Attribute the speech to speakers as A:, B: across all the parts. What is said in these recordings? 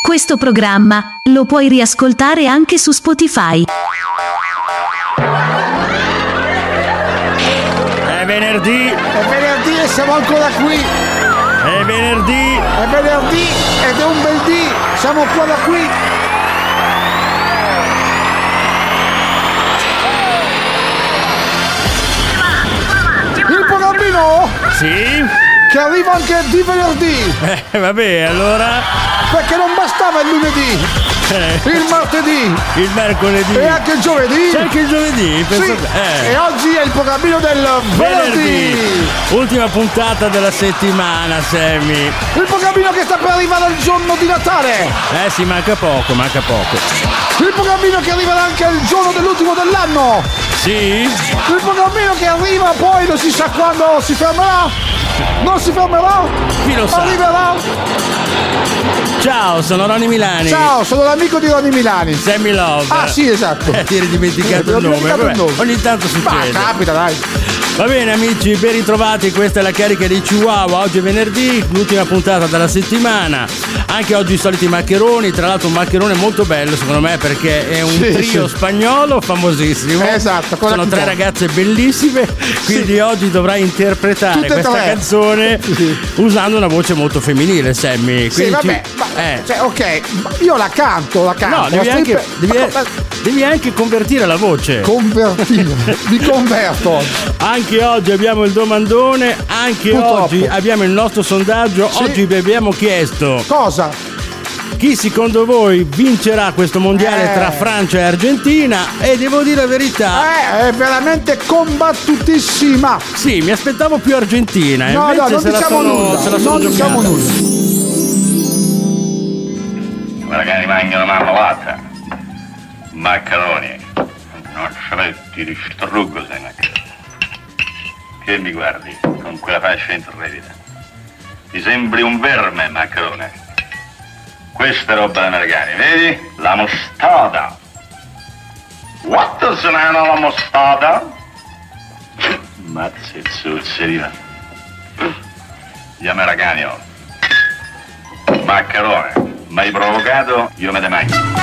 A: Questo programma lo puoi riascoltare anche su Spotify.
B: È venerdì,
C: È venerdì e siamo ancora qui. È
B: è venerdì,
C: venerdì ed è un bel dì. Siamo ancora qui. Il programmino
B: sì?
C: che arriva anche di venerdì.
B: Eh, vabbè, allora
C: Perché non bastava il lunedì,
B: eh,
C: il martedì
B: il mercoledì.
C: e anche il giovedì.
B: C'è anche il giovedì,
C: Sì,
B: penso- eh,
C: E oggi è il programmino del venerdì.
B: venerdì. Ultima puntata della settimana, Sammy.
C: Il programmino che sta per arrivare al giorno di Natale.
B: Eh sì, manca poco, manca poco.
C: Il programmino che arriverà anche il giorno dell'ultimo dell'anno.
B: Sì?
C: Il programmino che arriva poi non si sa quando si fermerà. Non si fermerà.
B: Chi lo sa?
C: Arriverà.
B: Ciao, sono Ronny Milani.
C: Ciao, sono l'amico di Ronny Milani.
B: Sammy Love.
C: Ah sì,
B: Eh,
C: esatto.
B: esatto. ti eri dimenticato
C: Ho
B: il nome.
C: dimenticato il
B: vabbè,
C: nome.
B: Ogni tanto
C: Ma
B: succede.
C: capita, dai.
B: Va bene amici, ben ritrovati, questa è la carica di Chihuahua, oggi è venerdì, l'ultima puntata della settimana, anche oggi i soliti maccheroni, tra l'altro un maccherone molto bello secondo me perché è un
C: Sì,
B: trio
C: sì.
B: spagnolo famosissimo,
C: Esatto, con la
B: sono tre
C: chitarra.
B: ragazze bellissime, quindi oggi dovrai interpretare
C: Tutte e
B: questa
C: tre.
B: canzone
C: Sì.
B: usando una voce molto femminile Sammy,
C: Sì,
B: quindi ci-
C: vabbè. ma-
B: eh.
C: Cioè, ok, ma io la canto, la canto.
B: No,
C: la
B: devi
C: sto
B: anche,
C: impe-
B: devi, eh,
C: ma co- ma-
B: devi anche convertire la voce.
C: Convertire, mi converto. oggi.
B: Anche oggi abbiamo il domandone, anche
C: Purtroppo.
B: oggi abbiamo il nostro sondaggio.
C: Sì.
B: Oggi vi abbiamo chiesto
C: Cosa?
B: chi secondo voi vincerà questo mondiale
C: Eh.
B: tra Francia e Argentina e devo dire la verità,
C: Eh, è veramente combattutissima.
B: sì, mi aspettavo più Argentina,
C: No,
B: Eh, invece
C: no, non
B: se la
C: diciamo
B: sono,
C: nulla.
B: se la sono
C: Non diciamo
B: giocata.
C: nulla.
D: Guarda che rimane una marmolata. Maccheroni. Non ce l'hai, ti distruggo se ne Che mi guardi con quella faccia intrepida? Ti sembri un verme, maccherone. Questa è roba da americani, vedi? La mostarda. What se ne la mostarda? Mazze zuzze, diva. Gli americani, oh. Maccherone, mi hai provocato, io me ne mangio.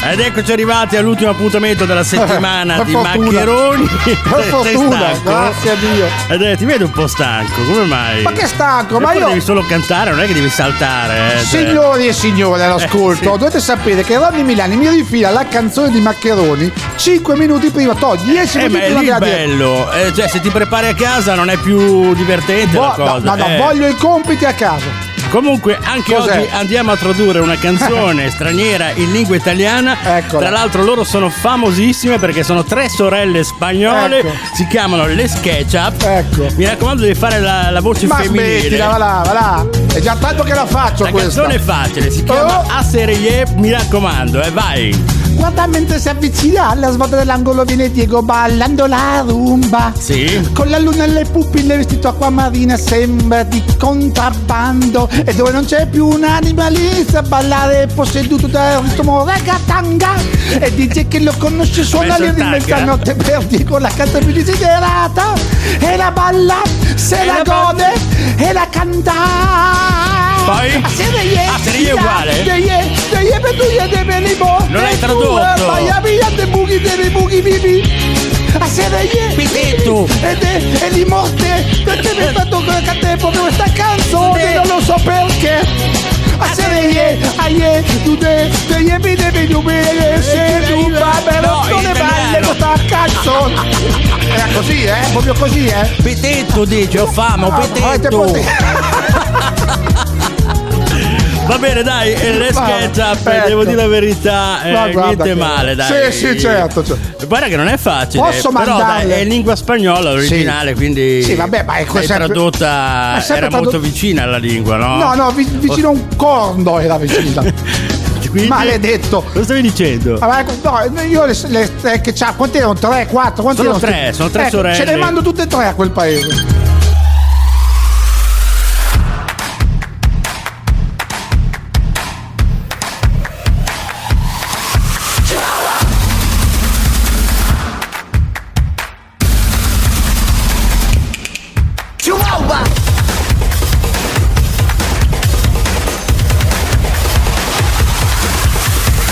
B: Ed eccoci arrivati all'ultimo appuntamento della settimana
C: per
B: di
C: fortuna.
B: Maccheroni.
C: Per
B: Sei- sei
C: fortuna,
B: stanco?
C: grazie a Dio.
B: Ed eh, ti vedo un po' stanco, come mai?
C: Ma che stanco,
B: E
C: ma
B: poi
C: io-
B: devi solo cantare, non è che devi saltare. eh, cioè.
C: Signori e signore all'ascolto,
B: Eh, sì.
C: dovete sapere che Ronny Milani mi rifila la canzone di Maccheroni 5 minuti prima, to 10
B: Eh,
C: minuti
B: ma è
C: prima
B: lì
C: della
B: il
C: diretta.
B: bello, Eh, cioè se ti prepari a casa non è più divertente la
C: Vo- Boh, no,
B: cosa.
C: no, no,
B: eh.
C: voglio i compiti a casa.
B: Comunque anche
C: Cos'è?
B: oggi andiamo a tradurre una canzone straniera in lingua italiana.
C: Eccola.
B: Tra l'altro loro sono famosissime perché sono tre sorelle spagnole,
C: Ecco.
B: si chiamano le SketchUp.
C: Ecco.
B: Mi raccomando devi fare la, la voce
C: Ma
B: femminile.
C: smettila, va là, va là. È già tanto che la faccio
B: la
C: questa.
B: canzone è facile, si chiama
C: Oh.
B: A Serie mi raccomando, eh, vai.
C: Guarda mentre si avvicina alla svolta dell'angolo viene Diego ballando la rumba.
B: Sì.
C: Con la luna alle pupille vestito acqua marina sembra di contrabbando E dove non c'è più un'anima lì sa ballare posseduto da un ritmo regatanga E dice che lo conosce suona
B: Messo
C: lì
B: il
C: nel
B: tag, eh?
C: mezzanotte per Diego la canta più desiderata E la balla, se
B: E la
C: la, gode, e la canta Ah,
B: Poi? Ah,
C: A serie ye,
B: A serie ye
C: ya,
B: uguale?
C: ye, ye, ye, ye, per tu, ye, de, be, li, bo,
B: Non l'hai
C: e tu,
B: tradotto.
C: eh, vai, via, de, buchi, de, bi, buchi, Ah, bi, bi. A serie ye,
B: Pitetto.
C: ed è, è di morte perché mi ha fatto cantare proprio questa canzone non lo so perché a serie aie tutte te ye mi devi giubile se tu va però
B: No,
C: non
B: in
C: ne
B: italiano.
C: balle questa canzone era così eh proprio così eh
B: Petetto dice, ho fame, ho
C: Ah, Avete
B: petetto.
C: potuto-
B: Va bene, dai, eh, e le
C: Va,
B: SketchUp, eh,
C: ecco.
B: devo dire la verità, eh,
C: Ma guarda
B: niente
C: che-
B: male, dai.
C: Sì, sì, certo, certo.
B: Guarda che non è facile,
C: Posso
B: però
C: mandarle?
B: dai, è in lingua spagnola originale, quindi
C: Sì, vabbè, ma è
B: è
C: sempre-
B: tradotta,
C: è sempre
B: era
C: tradotto-
B: molto vicina alla lingua, no?
C: no no vi- vicino a un corno era vicina
B: Quindi-
C: maledetto.
B: Cosa stavi dicendo?
C: Ah, ma ecco, No, io le, le- eh, che c'ha, quanti erano? Tre, quattro? Quanti
B: Sono
C: erano?
B: tre, sono tre
C: Ecco,
B: sorelle.
C: Ce le mando tutte e tre a quel paese.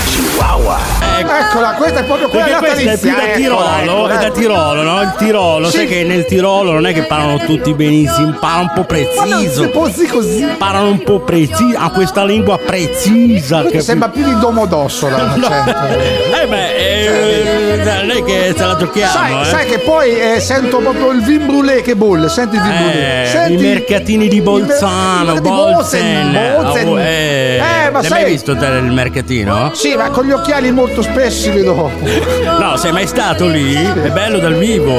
E: Chihuahua.
C: Eccola, questa è proprio quella
B: Perché questo è più
C: natalizia.
B: da
C: eccola,
B: Tirolo, è
C: eccola,
B: da Tirolo, no? Il Tirolo,
C: eh, ecco, Sì.
B: sai che nel Tirolo non è che parlano tutti benissimo, parlano un po'
C: Ma non si
B: preciso.
C: può dire così.
B: Parlano un po' preciso, ha questa lingua precisa.
C: Questo
B: capito?
C: sembra più di cioè. Domodossola. l'accento.
B: Eh beh, eh, eh, lei che se la giochiamo,
C: Sai,
B: eh.
C: sai che poi eh, sento proprio il vin brûlé che bolle, senti il vin brûlé.
B: Eh,
C: Senti-
B: i mercatini di
C: i
B: Bolzano,
C: mercatini di
B: Bolzen.
C: Bolzen.
B: Ah, oh, eh,
C: Eh, ma
B: l'hai
C: sai-
B: mai visto te il mercatino?
C: Sì, ma con gli occhiali molto spessi vedo.
B: No, sei mai stato lì? È bello dal vivo.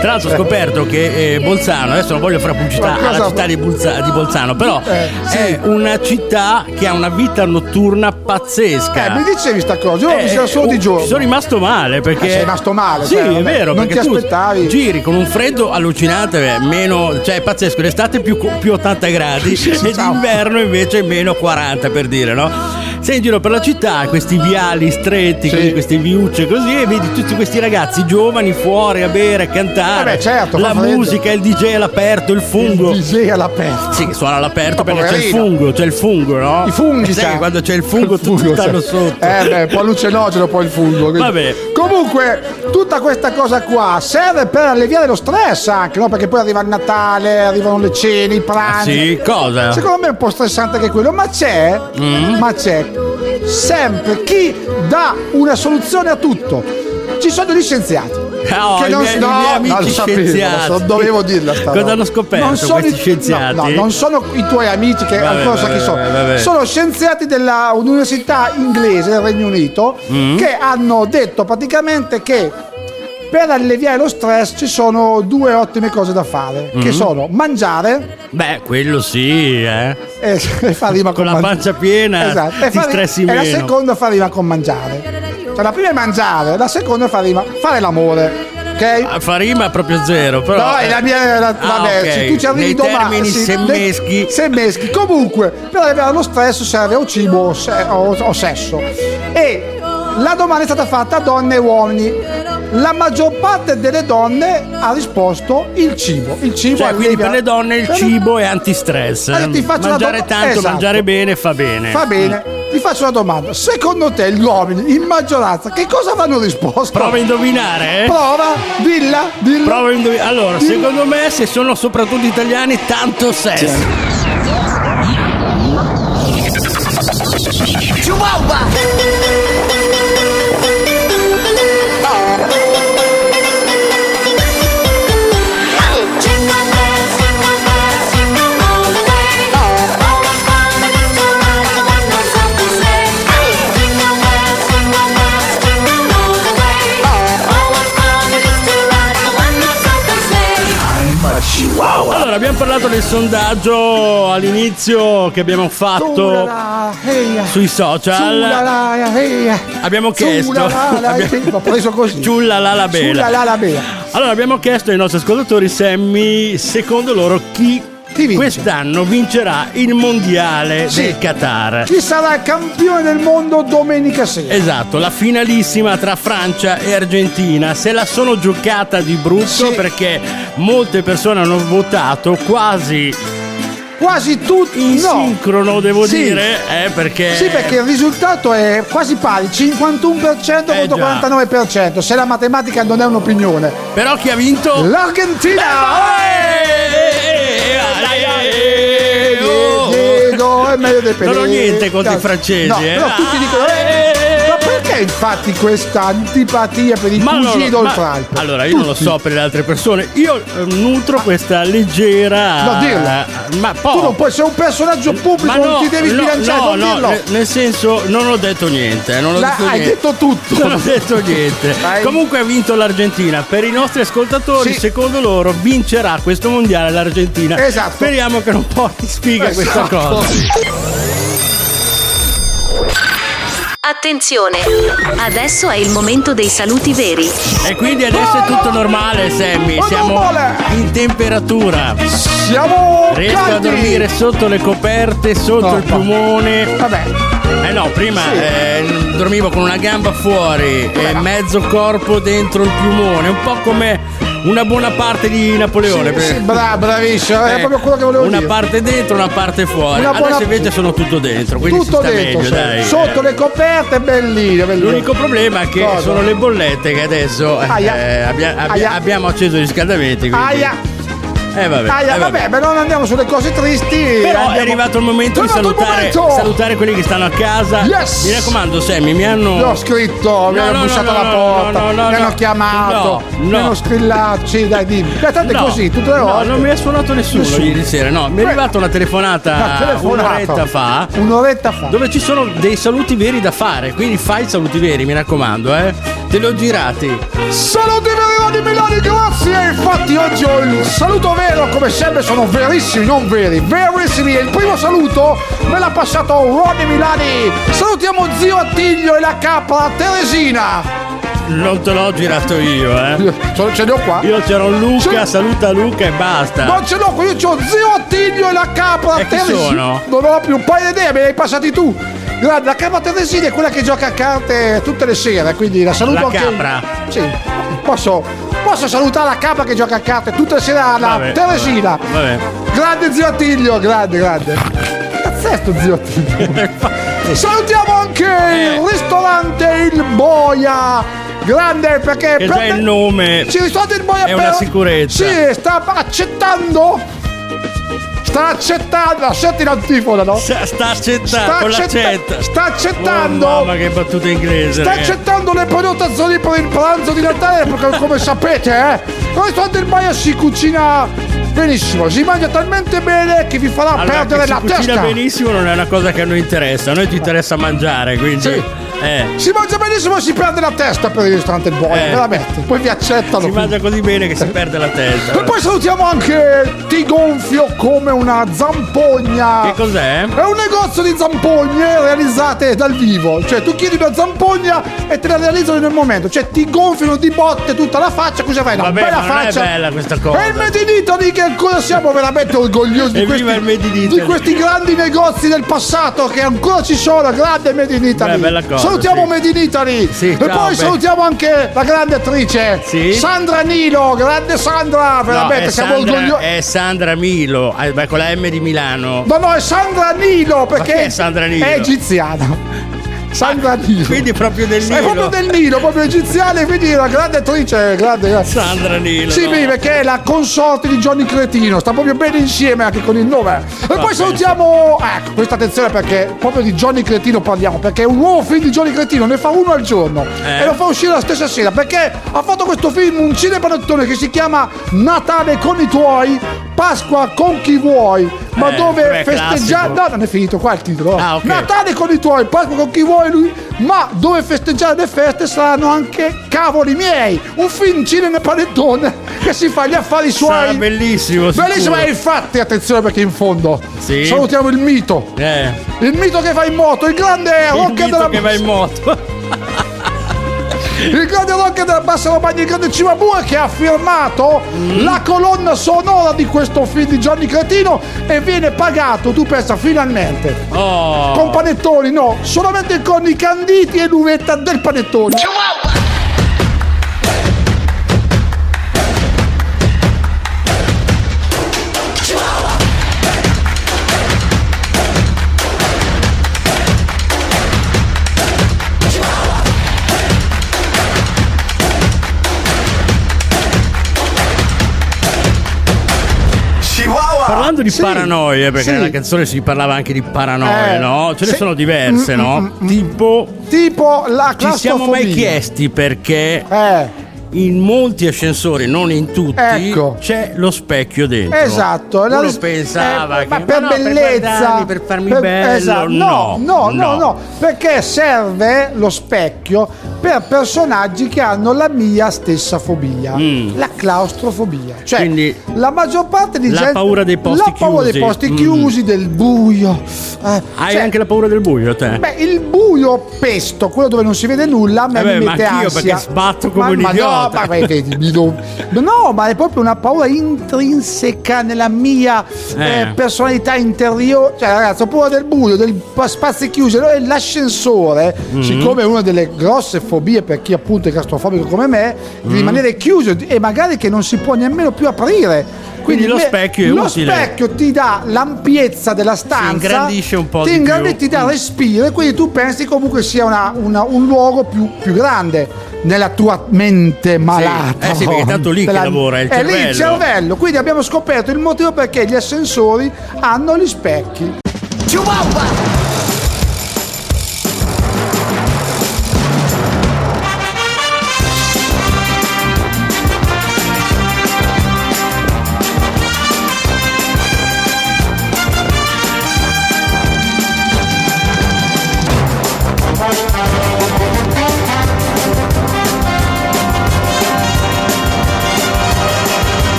B: Tra l'altro ho scoperto che eh, Bolzano, adesso non voglio fare pubblicità
C: Ma cosa-
B: alla città di, Bolza- di Bolzano, però
C: Eh, sì.
B: è una città che ha una vita notturna pazzesca.
C: Eh, mi dicevi sta cosa, io
B: Eh,
C: mi sono solo di
B: oh,
C: giorno.
B: Ci sono rimasto male perché.
C: Ah, sei rimasto male,
B: Sì,
C: cioè,
B: è
C: vabbè,
B: vero.
C: non
B: perché
C: ti
B: tu
C: aspettavi.
B: Giri con un freddo allucinante, eh, meno. cioè è pazzesco. L'estate più, co- più 80 gradi
C: Sì, sì,
B: e
C: ciao.
B: d'inverno invece meno 40 per dire, no? Sei in giro per la città, questi viali stretti,
C: Sì.
B: così, queste viucce così, e vedi tutti questi ragazzi giovani fuori a bere, a cantare.
C: Vabbè, certo,
B: la
C: fa freddo.
B: musica, il DJ all'aperto, il fungo.
C: Il DJ all'aperto.
B: Sì, suona all'aperto
C: Ma
B: perché c'è il
C: poverino.
B: fungo, c'è il fungo, no?
C: I funghi,
B: Eh, sai
C: sa.
B: che quando c'è il fungo,
C: Il fungo,
B: tutti stanno
C: sì.
B: sotto.
C: Eh beh, un po' allucinogeno poi il fungo. quindi.
B: Vabbè.
C: Comunque, tutta questa cosa qua serve per alleviare lo stress anche, no? Perché poi arriva il Natale, arrivano le cene, i
B: Ah,
C: pranzi.
B: sì, cosa?
C: Secondo me è un po' stressante anche quello, ma c'è,
B: Mm.
C: ma c'è sempre chi dà una soluzione a tutto. Ci sono gli scienziati.
B: No,
C: che
B: i
C: non
B: miei-
C: no,
B: i miei
C: no,
B: amici
C: lo sapevo, lo
B: scienziati.
C: so, dovevo dirla sta
B: Cosa
C: roba.
B: hanno scoperto questi
C: i-
B: scienziati?
C: No, no, non sono i tuoi amici che
B: Vabbè,
C: ancora so chi
B: vabbè,
C: sono.
B: vabbè.
C: Sono scienziati dell'università inglese del Regno Unito
B: Mm.
C: che hanno detto praticamente che per alleviare lo stress ci sono due ottime cose da fare,
B: Mm.
C: che sono mangiare
B: Beh, quello sì, eh.
C: e, e fa rima
B: Con
C: con
B: la
C: man-
B: pancia piena
C: Esatto,
B: ti
C: fa ri-
B: stressi
C: e
B: meno.
C: la seconda fa rima con mangiare. Cioè, la prima è mangiare, la seconda fa rima fare l'amore. Ok?
B: Ah, Fa rima proprio zero, però.
C: No, è la mia. la-
B: Ah,
C: vabbè,
B: ok.
C: se tu ci arrivi
B: Nei
C: domani.
B: termini
C: sì,
B: semmeschi.
C: nei- semmeschi. Comunque, per arrivare allo stress serve o cibo o, se- o- o sesso. E la domanda è stata fatta a donne e uomini. La maggior parte delle donne ha risposto il cibo. Il cibo
B: Cioè, quindi
C: allevia-
B: per le donne il
C: Per le-
B: cibo è antistress.
C: Eh, Allora, ti faccio una
B: mangiare
C: domanda-
B: tanto,
C: Esatto.
B: mangiare bene fa bene.
C: Fa bene. Ti faccio una domanda. Secondo te gli uomini in maggioranza che cosa vanno risposto?
B: Prova a indovinare, eh?
C: Prova, dilla, dilla.
B: Prova a indovin-
C: Mm.
B: Allora, secondo me, se sono soprattutto italiani, tanto sesso. Allora, abbiamo parlato del sondaggio all'inizio che abbiamo fatto
C: Sulla, eia,
B: sui social.
C: sulla, eia.
B: Abbiamo chiesto.
C: Sulla, la,
B: abbiamo-
C: l'ho preso così.
B: Ciulla la la bela.
C: Sulla la la bea.
B: Allora, abbiamo chiesto ai nostri ascoltatori, Sammy, secondo loro chi,
C: Chi vince?
B: quest'anno vincerà il mondiale
C: Sì.
B: del Qatar.
C: Chi sarà campione del mondo domenica sera?
B: Esatto, la finalissima tra Francia e Argentina. Se la sono giocata di brutto
C: Sì.
B: perché molte persone hanno votato quasi
C: Quasi tutti.
B: in
C: No.
B: sincrono, devo
C: Sì.
B: dire. eh, perché...
C: Sì, perché il risultato è quasi pari, 51%
B: Eh,
C: contro
B: già.
C: 49%, se la matematica non è un'opinione.
B: Però chi ha vinto? Eh,
C: L'Argentina! Diego è meglio dei
B: Oh! Non ho niente contro i
C: No,
B: francesi,
C: no,
B: eh.
C: però tutti dicono "Eh, ma perché infatti questa antipatia per i
B: Ma allora,
C: cugini d'Olfranco?
B: ma- allora, io non lo so per le altre persone, io eh, nutro questa leggera. Ah,
C: No, dirla.
B: Ma poi.
C: tu non puoi sei un personaggio pubblico
B: ma
C: non ti devi sbilanciare
B: no,
C: non
B: no,
C: dirlo
B: ne- nel senso, non ho detto niente. eh, Non ho
C: La-
B: detto
C: hai
B: niente.
C: detto tutto
B: Non ho detto niente.
C: Vai.
B: Comunque ha vinto l'Argentina. Per i nostri ascoltatori,
C: Sì.
B: secondo loro, vincerà questo mondiale l'Argentina.
C: Esatto.
B: Speriamo che non porti sfiga questa
C: Esatto.
B: cosa.
A: Attenzione, adesso è il momento dei saluti veri.
B: E quindi adesso è tutto normale, Sammy.
C: Ma
B: Siamo
C: normale!
B: in temperatura.
C: siamo
B: Riesco a
C: caldi.
B: dormire sotto le coperte, sotto
C: No,
B: il
C: no.
B: piumone.
C: vabbè
B: Eh no, prima
C: Sì.
B: eh, dormivo con una gamba fuori e mezzo corpo dentro il piumone, un po' come una buona parte di Napoleone.
C: Sì,
B: per-
C: sì, bra- bravissimo, è
B: Eh,
C: proprio quello che volevo
B: una
C: dire.
B: parte dentro, una parte fuori.
C: Una buona-
B: Adesso invece sono tutto dentro, quindi
C: Tutto
B: si sta
C: dentro,
B: meglio,
C: sì.
B: dai.
C: sotto
B: Eh.
C: le coperte, bellino, bellino.
B: L'unico problema è che
C: Cosa?
B: sono le bollette che adesso eh,
C: Aia.
B: eh, abbia- abbia-
C: Aia.
B: abbiamo acceso i riscaldamenti. Quindi...
C: Aia,
B: Eh, vabbè,
C: aia,
B: eh,
C: vabbè, ma non andiamo sulle cose tristi.
B: Però è
C: andiamo-
B: arrivato il momento di
C: È arrivato il
B: salutare,
C: momento!
B: salutare quelli che stanno a casa.
C: Yes!
B: Mi raccomando, Sammy, mi hanno.
C: Mi ho scritto, mi
B: No,
C: hanno
B: no,
C: bussato
B: no,
C: alla
B: no,
C: porta,
B: no, no,
C: mi
B: no.
C: hanno chiamato,
B: No,
C: mi
B: no.
C: hanno strillato. Sì, dai, dimmi. Dai, tanto è
B: No,
C: così, tutte le
B: no,
C: volte.
B: non mi ha suonato nessuno,
C: Nessuno.
B: ieri sera. No, mi è
C: Beh,
B: arrivata una
C: Una
B: telefonata
C: telefonata.
B: Ah, un'oretta fa.
C: Ah, Un'oretta fa.
B: Dove ci sono dei saluti veri da fare, quindi fai i saluti veri, mi raccomando, eh. Te li ho girati.
C: Saluti veri di Milano, grazie! Infatti oggi ho il saluto vero, come sempre sono verissimi, non veri, verissimi! E il primo saluto me l'ha passato Ronny Milani! Salutiamo zio Attilio e la capra Teresina!
B: Non te l'ho girato io, eh.
C: Ce, ce li ho qua?
B: Io c'ero Luca,
C: Sì.
B: saluta Luca e basta.
C: Non ce l'ho, qui, io ho zio Attilio e la capra
B: E chi
C: Teresina!
B: sono?
C: Non ho più un paio di idee, me li hai passati tu! Guarda, la capra Teresina è quella che gioca a carte tutte le sere, quindi la saluto
B: La
C: anche
B: capra?
C: Sì, posso... Posso salutare la capra che gioca a carte tutte le sere alla
B: Vabbè,
C: Teresina!
B: Vabbè.
C: Grande zio Attilio, grande, grande. Pazzesco zio Attilio. Salutiamo anche il ristorante Il Boia. Grande perché...
B: Che già il nome.
C: Sì, il ristorante Il Boia
B: è una sicurezza.
C: Sì, sta accettando... Sta accettando... Senti l'antifona, no?
B: Sta, sta accettando
C: Sta
B: con
C: accetta-
B: l'accetta.
C: sta accettando.
B: Oh, mamma che battuta inglese.
C: Sta
B: ragazzi.
C: accettando le prenotazioni per il pranzo di Natale perché come sapete eh, il ristorante del Maia si cucina benissimo, si mangia talmente bene che vi farà
B: Allora, che
C: perdere
B: si
C: la
B: cucina
C: testa.
B: benissimo non è una cosa che a noi interessa. A noi ti interessa mangiare, quindi.
C: Sì.
B: Eh.
C: Si mangia benissimo e si perde la testa per il ristorante del Boia,
B: Eh.
C: veramente. Poi vi accettano.
B: Si mangia così bene che si perde la testa.
C: E poi salutiamo anche Ti gonfio come una zampogna.
B: Che cos'è?
C: È un negozio di zampogne realizzate dal vivo. Cioè, tu chiedi una zampogna e te la realizzano nel momento. Cioè, ti gonfiano di botte tutta la faccia. Cosa fai? Una
B: Vabbè,
C: bella
B: ma non è
C: faccia. Eh,
B: bella questa cosa.
C: E il Made in Italy, che ancora siamo veramente orgogliosi di
B: Evviva
C: questi,
B: il Made in
C: di
B: Italy.
C: questi grandi negozi del passato che ancora ci sono. Grande Made in Italy.
B: Beh, bella cosa,
C: salutiamo
B: sì.
C: Made in Italy.
B: Sì,
C: e
B: ciao,
C: poi
B: beh.
C: salutiamo anche la grande attrice
B: Sì.
C: Sandra Nilo. Grande Sandra,
B: No,
C: veramente
B: è,
C: siamo
B: Sandra,
C: orgogliosi.
B: è Sandra Milo, eh, ma con la M di Milano.
C: No, no, è Sandra Nilo perché
B: chi è Sandra Nilo? Ah,
C: è egiziana. Sandra Nilo.
B: Quindi proprio del Nilo.
C: È proprio del Nilo, proprio egiziana, e quindi è una grande attrice, grande, grande.
B: Sandra Nilo.
C: Sì,
B: no.
C: vive perché è la consorte di Johnny Cretino, sta proprio bene insieme anche con il nome. E poi
B: bene.
C: salutiamo. Ecco, questa attenzione perché proprio di Johnny Cretino parliamo, perché un nuovo film di Johnny Cretino ne fa uno al giorno
B: Eh.
C: e lo fa uscire la stessa sera perché ha fatto questo film, un cinepanettone che si chiama Natale con i tuoi, Pasqua con chi vuoi. Ma
B: Eh,
C: dove
B: vabbè,
C: festeggiare.
B: classico.
C: No, non è finito qua il titolo.
B: Ah, ok.
C: Natale con i tuoi, Pasqua con chi vuoi lui, ma dove festeggiare le feste saranno anche cavoli miei. Un film cinema panettone che si fa gli affari
B: Sarà
C: suoi.
B: bellissimo. sicuro.
C: Bellissimo, e infatti, attenzione perché in fondo
B: Sì.
C: salutiamo il mito.
B: Eh.
C: Il mito che va in moto, il grande
B: Il
C: rocker
B: dito
C: della
B: che va in moto.
C: il grande rock della bassa Romagna, il grande Cimabue che ha firmato
B: Mm.
C: la colonna sonora di questo film di Johnny Cretino e viene pagato, tu pensa, finalmente.
B: Oh.
C: Con panettoni, no, solamente con i canditi e l'uvetta del panettone.
B: Parlando di
C: Sì,
B: paranoie, perché
C: sì.
B: nella canzone si parlava anche di paranoie,
C: Eh,
B: no? Ce ne
C: sì. Mm,
B: sono diverse, no? tipo,
C: Tipo la
B: ci siamo mai
C: claustrofobia.
B: chiesti perché
C: Eh,
B: in molti ascensori, non in tutti,
C: Ecco.
B: c'è lo specchio dentro.
C: Esatto,
B: Uno
C: la ris-
B: pensava
C: eh,
B: che
C: ma per
B: no,
C: bellezza,
B: guardarmi, per farmi
C: per-
B: bello,
C: esatto, no, no, no, no, perché serve lo specchio per personaggi che hanno la mia stessa fobia,
B: Mm.
C: la claustrofobia. Cioè,
B: Quindi,
C: la maggior parte di
B: la
C: gente
B: paura dei posti
C: la paura dei
B: chiusi.
C: posti
B: Mm.
C: chiusi, del buio. eh,
B: Hai
C: cioè,
B: anche la paura del buio, te?
C: Beh, il buio pesto, quello dove non si vede nulla, a me
B: Eh beh,
C: mi
B: ma
C: mette
B: anch'io,
C: ansia.
B: perché sbatto come un
C: ma No
B: idiota.
C: ma, perché mi do- no, ma è proprio una paura intrinseca nella mia
B: Eh.
C: eh, personalità interiore. Cioè, ragazzi, ho paura del buio, del pa- spazi chiusi. Allora l'ascensore,
B: Mm-hmm.
C: siccome è una delle grosse fobie per chi appunto è castrofobico come me, di
B: Mm-hmm.
C: rimanere chiuso e magari che non si può nemmeno più aprire.
B: Quindi lo
C: me-
B: specchio è
C: lo
B: utile.
C: specchio ti dà l'ampiezza della stanza.
B: ingrandisce un po'
C: Ti
B: di
C: ingrandisce,
B: più.
C: ti dà
B: Mm.
C: respiro e quindi tu pensi comunque sia una- una- un luogo più, più grande nella tua mente malata.
B: eh sì, perché tanto lì chi
C: Della-
B: lavora è il
C: lì il
B: cervello.
C: cervello. Quindi abbiamo scoperto il motivo perché gli ascensori hanno gli specchi.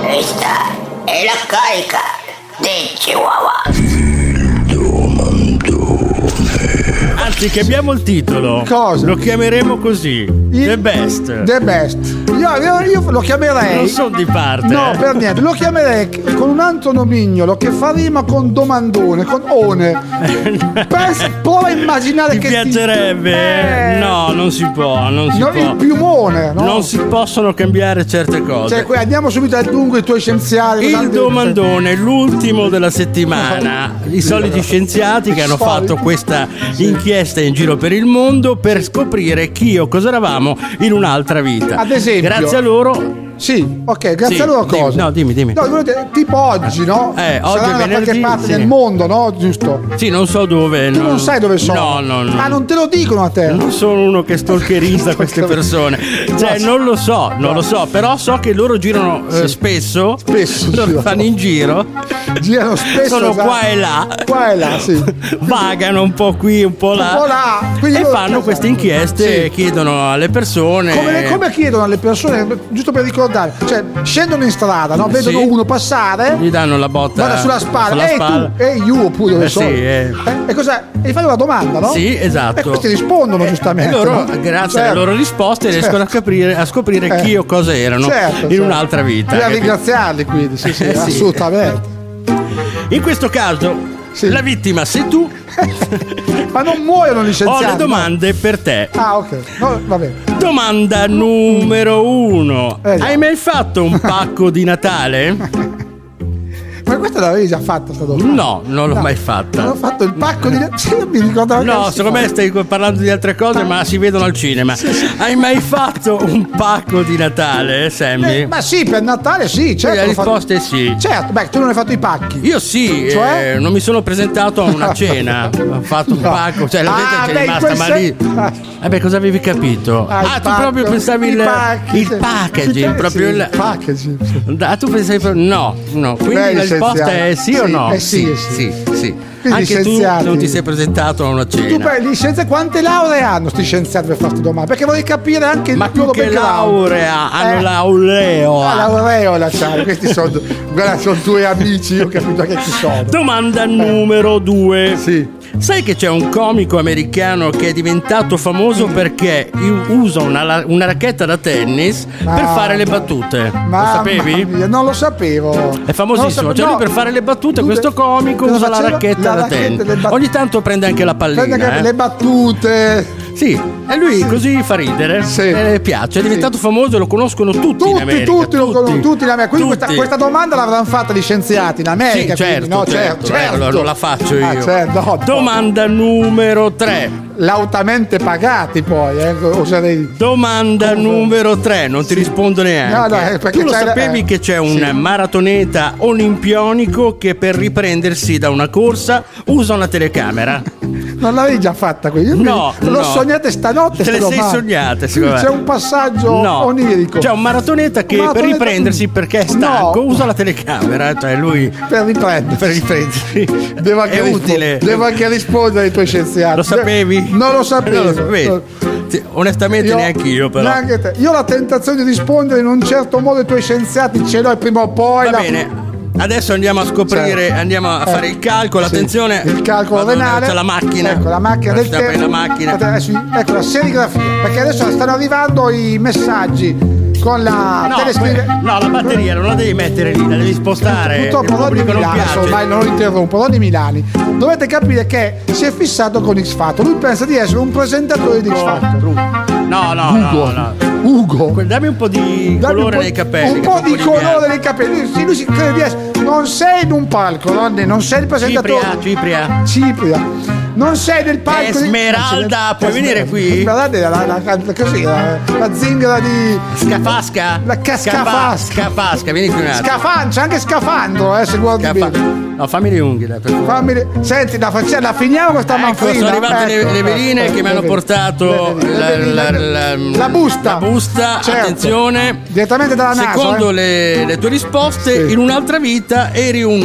E: Questa è la carica del Chihuahua.
B: Anzi, che abbiamo il titolo.
C: Cosa?
B: Lo chiameremo così.
C: Il-
B: The Best.
C: The best. Io, io- io lo chiamerei.
B: Certo. Non sono di parte.
C: No,
B: eh.
C: per niente, lo chiamerei c- con un altro nomignolo che fa rima con domandone, con one. Pensa, prova a immaginare
B: Ti
C: che
B: piacerebbe?
C: Eh.
B: No, non si può, non si
C: No,
B: può.
C: il piumone, no?
B: Non si possono cambiare certe cose.
C: Cioè, qui andiamo subito al dunque i tuoi scienziati. cosa
B: Il
C: hanno detto?
B: domandone, l'ultimo della settimana. I soliti scienziati che hanno
C: Soliti.
B: fatto questa inchiesta in giro per il mondo per scoprire chi o cosa eravamo in un'altra vita.
C: Ad esempio.
B: Grazie a loro.
C: Sì, ok, grazie
B: Sì,
C: a loro
B: dimmi,
C: cosa.
B: no, dimmi, dimmi.
C: No, volevo dire, tipo oggi, no?
B: Eh, oggi
C: Saranno
B: è
C: da qualche
B: venerdì,
C: parte
B: sì.
C: del mondo, no? Giusto.
B: Sì, non so dove.
C: Tu non sai dove sono. Ah,
B: No, no, no.
C: Ma non te lo dicono a te.
B: Non sono uno che stalkerizza queste persone. Cioè, non lo so, non lo so, però so che loro girano eh, spesso.
C: Spesso
B: Loro
C: girano.
B: fanno in giro.
C: Girano spesso.
B: Sono
C: sa-
B: qua e là.
C: Qua e là, sì.
B: Vagano un po' qui, un po' là.
C: Un po' là. Quindi
B: e
C: loro- esatto.
B: fanno queste inchieste
C: Sì.
B: chiedono alle persone.
C: Come, come chiedono alle persone, giusto per ricordare, cioè scendono in strada, no? vedono
B: Sì.
C: uno passare,
B: Gli danno la botta.
C: guarda sulla spalla,
B: sulla
C: ehi
B: spalla.
C: tu, ehi io pure dove
B: Eh,
C: sono.
B: sì, eh.
C: E, cos'è? e gli fanno una domanda, no?
B: Sì, esatto.
C: E questi rispondono giustamente.
B: E loro,
C: no?
B: grazie alle
C: Certo.
B: loro risposte,
C: Certo.
B: riescono a, capire- a scoprire
C: Eh.
B: chi o cosa erano
C: Certo,
B: in
C: certo.
B: un'altra vita.
C: Bisogna
B: capito?
C: ringraziarli quindi, sì, sì,
B: Eh, sì.
C: assolutamente.
B: In questo caso,
C: Sì.
B: la vittima sei tu.
C: Ma non muoiono
B: Ho
C: licenziati.
B: Oh, le
C: no?
B: domande per te.
C: Ah, ok. No, va bene.
B: Domanda numero uno.
C: Eh, già.
B: Hai mai fatto un pacco di Natale?
C: Ma questa l'avevi già fatta sta domanda?
B: No, non l'ho mai
C: Ho
B: fatta.
C: fatto il pacco di... Sì, io mi ricordavo che
B: No,
C: si
B: secondo
C: fa.
B: me stai parlando di altre cose, ma si vedono al cinema. Hai mai fatto un pacco di Natale,
C: Eh,
B: Sammy?
C: ma sì, per Natale sì, certo.
B: la
C: l'ho fatto.
B: risposta è sì.
C: Certo, beh, tu non hai fatto i pacchi.
B: Io sì,
C: Cioè?
B: eh, non mi sono presentato a una cena, ho fatto un
C: No.
B: pacco, cioè la
C: Ah,
B: gente
C: beh,
B: c'è
C: in
B: rimasta
C: quel
B: ma lì.
C: sen-
B: Eh beh, cosa avevi capito?
C: Ah, il
B: Ah, tu
C: pacco,
B: proprio pensavi
C: i
B: il,
C: pacchi,
B: il
C: sì.
B: packaging,
C: Sì,
B: proprio
C: sì,
B: il...
C: il packaging, sì.
B: Ah, tu pensavi proprio... No, no. Quindi
C: Beh,
B: la
C: licenziati.
B: risposta è sì, o
C: Sì,
B: no?
C: eh sì, eh sì.
B: sì. sì.
C: Quindi
B: Anche tu
C: licenziati.
B: non ti sei presentato a una
C: Tu
B: cena.
C: per gli scienziati quante lauree hanno sti scienziati per farti domande? Perché vorrei capire anche
B: Ma
C: il
B: più
C: loro
B: che
C: background.
B: laurea, hanno
C: Eh.
B: laureola.
C: Ah, l'aureola, sai, questi sono. guarda, sono tuoi amici, io ho capito che ci sono.
B: Domanda numero due.
C: Sì.
B: Sai che c'è un comico americano che è diventato famoso perché u- usa una, la- una racchetta da tennis per
C: Mamma-
B: fare le battute?
C: Mamma
B: lo sapevi?
C: mia, non lo sapevo.
B: È famosissimo,
C: Non lo sapevo,
B: cioè lui
C: no.
B: per fare le battute,
C: Lui
B: questo
C: per-
B: comico
C: cosa
B: usa la
C: faceva?
B: racchetta
C: La
B: da
C: racchetta
B: tennis.
C: e le battute.
B: Ogni tanto prende anche la
C: Prende
B: pallina.
C: anche
B: eh.
C: le battute.
B: Sì, e lui così fa ridere
C: Sì.
B: e piace, è diventato famoso e lo conoscono tutti, in
C: Tutti,
B: America.
C: tutti, lo conoscono, tutti in America. Quindi questa,
B: Tutti.
C: questa domanda l'avranno fatta gli scienziati in
B: Sì,
C: America.
B: certo,
C: quindi, no,
B: certo, eh, allora non la faccio io.
C: Ah, certo, no, no.
B: Domanda numero 3.
C: Lautamente pagati poi, eh, oserei.
B: Domanda numero 3, non ti rispondo neanche.
C: No, no, eh, perché
B: tu lo
C: c'è-
B: sapevi
C: eh,
B: che c'è un
C: sì.
B: maratoneta olimpionico che per riprendersi da una corsa usa una telecamera?
C: Non l'avevi già fatta qui? Io mi-
B: No,
C: L'ho
B: no.
C: sognata stanotte.
B: Te le
C: sta
B: sei
C: domanda.
B: sognate,
C: Sì,
B: secondo me.
C: C'è un passaggio
B: No.
C: onirico.
B: C'è un maratoneta che
C: Un maratoneta-
B: per riprendersi perché è
C: No.
B: stanco usa la telecamera, cioè lui
C: per riprendere.
B: per riprendersi
C: Devo anche,
B: è
C: rispo-
B: utile.
C: devo anche rispondere ai tuoi scienziati.
B: Lo sapevi? Eh,
C: Non lo sapevo.
B: Non lo sapevi. Sì, Onestamente neanche io però.
C: neanche te. Io ho la tentazione di rispondere in un certo modo ai tuoi scienziati, ce l'ho e prima o poi.
B: Va
C: la-
B: bene. Adesso andiamo a scoprire,
C: Sì.
B: andiamo a
C: Eh,
B: fare il calcolo.
C: sì.
B: Attenzione,
C: Il calcolo
B: Madonna,
C: renale.
B: C'è la macchina.
C: Ecco, la macchina del
B: Sta per
C: tempo.
B: la macchina.
C: Guardate, adesso- Ecco, la serigrafia. Perché adesso stanno arrivando i messaggi con la
B: No,
C: telescrive-
B: que- no, la batteria non la devi mettere lì, la devi spostare.
C: Purtroppo
B: eh, Il
C: Ronny
B: pubblico non
C: Milani,
B: piace.
C: ormai eh, non lo interrompo, Ronny Milani, dovete capire che si è fissato con X Factor, lui pensa di essere un presentatore di X Factor.
B: No, no, no, no.
C: Ugo,
B: Que- Dammi un po' di
C: Dammi
B: colore
C: un po'-
B: nei capelli.
C: Un
B: che
C: po'
B: sono
C: di colore
B: bianco.
C: nei capelli. Sì, lui si crede di essere. Non sei in un palco, Ronny, non sei il presentatore.
B: Cipria, Cipria.
C: Cipria. Non sei nel palco. di-
B: Esmeralda, puoi venire qui?
C: Guardate la, la, la, la- così, la- la zingara di.
B: Scafasca?
C: La ca-
B: Scafa-
C: scafasca.
B: Scafasca, vieni qui un attimo.
C: Scafancia, anche scafandro, eh, se guardi
B: Scafa-
C: bene.
B: No, fammi le unghie, dai, per favore.
C: Fammi, senti, la, faccia- la finiamo questa
B: Ecco,
C: manfrina.
B: sono arrivate
C: Ecco,
B: le, le veline
C: ecco,
B: che mi hanno
C: le veline.
B: portato
C: Le veline,
B: la,
C: le
B: la-
C: veline.
B: la-
C: La busta.
B: la busta,
C: Certo.
B: attenzione.
C: Direttamente dalla NASA.
B: Secondo
C: eh.
B: le, le tue risposte,
C: Sì.
B: in un'altra vita eri un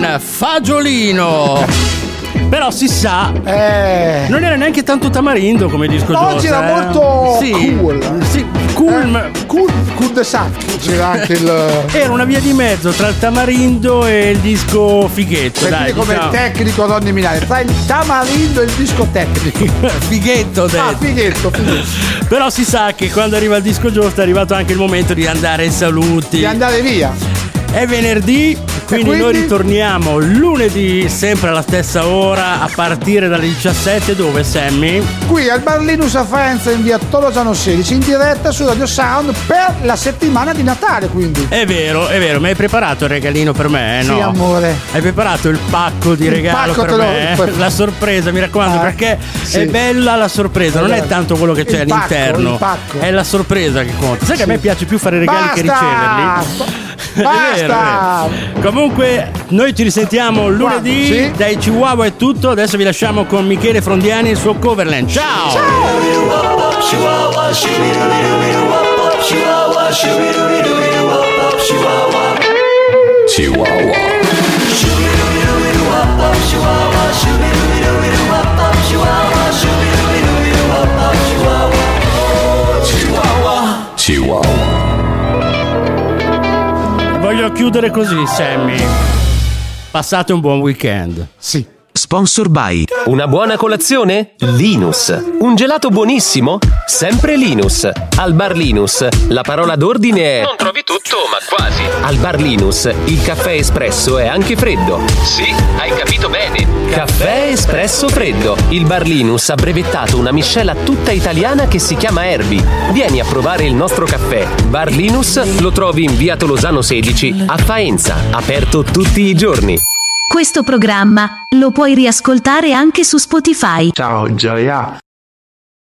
B: fagiolino. Però si sa,
C: Eh.
B: non era neanche tanto tamarindo come disco
C: No,
B: Oggi
C: c'era molto cool. Eh.
B: Sì, cool, ma-
C: Cool, cool the sack. C'era anche il. eh,
B: Era una via di mezzo tra il tamarindo e il disco fighetto.
C: Per
B: Dai,
C: dire come
B: diciamo.
C: tecnico Ronny Milani, tra il tamarindo e il disco tecnico.
B: fighetto ho
C: Ah,
B: detto.
C: fighetto, fighetto.
B: Però si sa che quando arriva il disco giusto è arrivato anche il momento di andare ai saluti.
C: Di andare via.
B: È venerdì, quindi,
C: quindi?
B: noi ritorniamo lunedì, sempre alla stessa ora, a partire dalle 17. Dove, Sammy?
C: Qui al Barlinus a Faenza in via Tolosano 16, in diretta su Radio Sound per la settimana di Natale, quindi.
B: È vero, è vero, mi hai preparato il regalino per me, eh? No.
C: Sì, amore.
B: Hai preparato il pacco di
C: Il
B: regalo
C: pacco
B: per
C: te lo-
B: me, eh? la sorpresa, mi raccomando,
C: Ah,
B: perché
C: sì.
B: è bella la sorpresa, non è
C: Allora,
B: tanto quello che c'è
C: il pacco,
B: all'interno,
C: il pacco.
B: è la sorpresa che conta. Sai che a me piace più fare regali che
C: Basta!
B: riceverli?
C: Ba-
B: È vero,
C: basta!
B: è vero. Comunque, noi ci risentiamo lunedì.
C: Sì.
B: Dai Chihuahua è tutto. Adesso vi lasciamo con Michele Frondiani e il suo Coverland. Ciao! Voglio chiudere così, Sammy. Passate un buon weekend.
F: Sponsor by
G: Una buona colazione? Linus. Un gelato buonissimo? Sempre Linus. Al bar Linus. La parola d'ordine è. Non trovi tutto, ma quasi. Al bar Linus. Il caffè espresso è anche freddo. Sì, hai capito bene. Caffè espresso freddo. Il bar Linus ha brevettato una miscela tutta italiana che si chiama Erbi. Vieni a provare il nostro caffè. Bar Linus lo trovi in via Tolosano 16 a Faenza. Aperto tutti i giorni.
A: Questo programma lo puoi riascoltare anche su Spotify.
H: Ciao Gioia,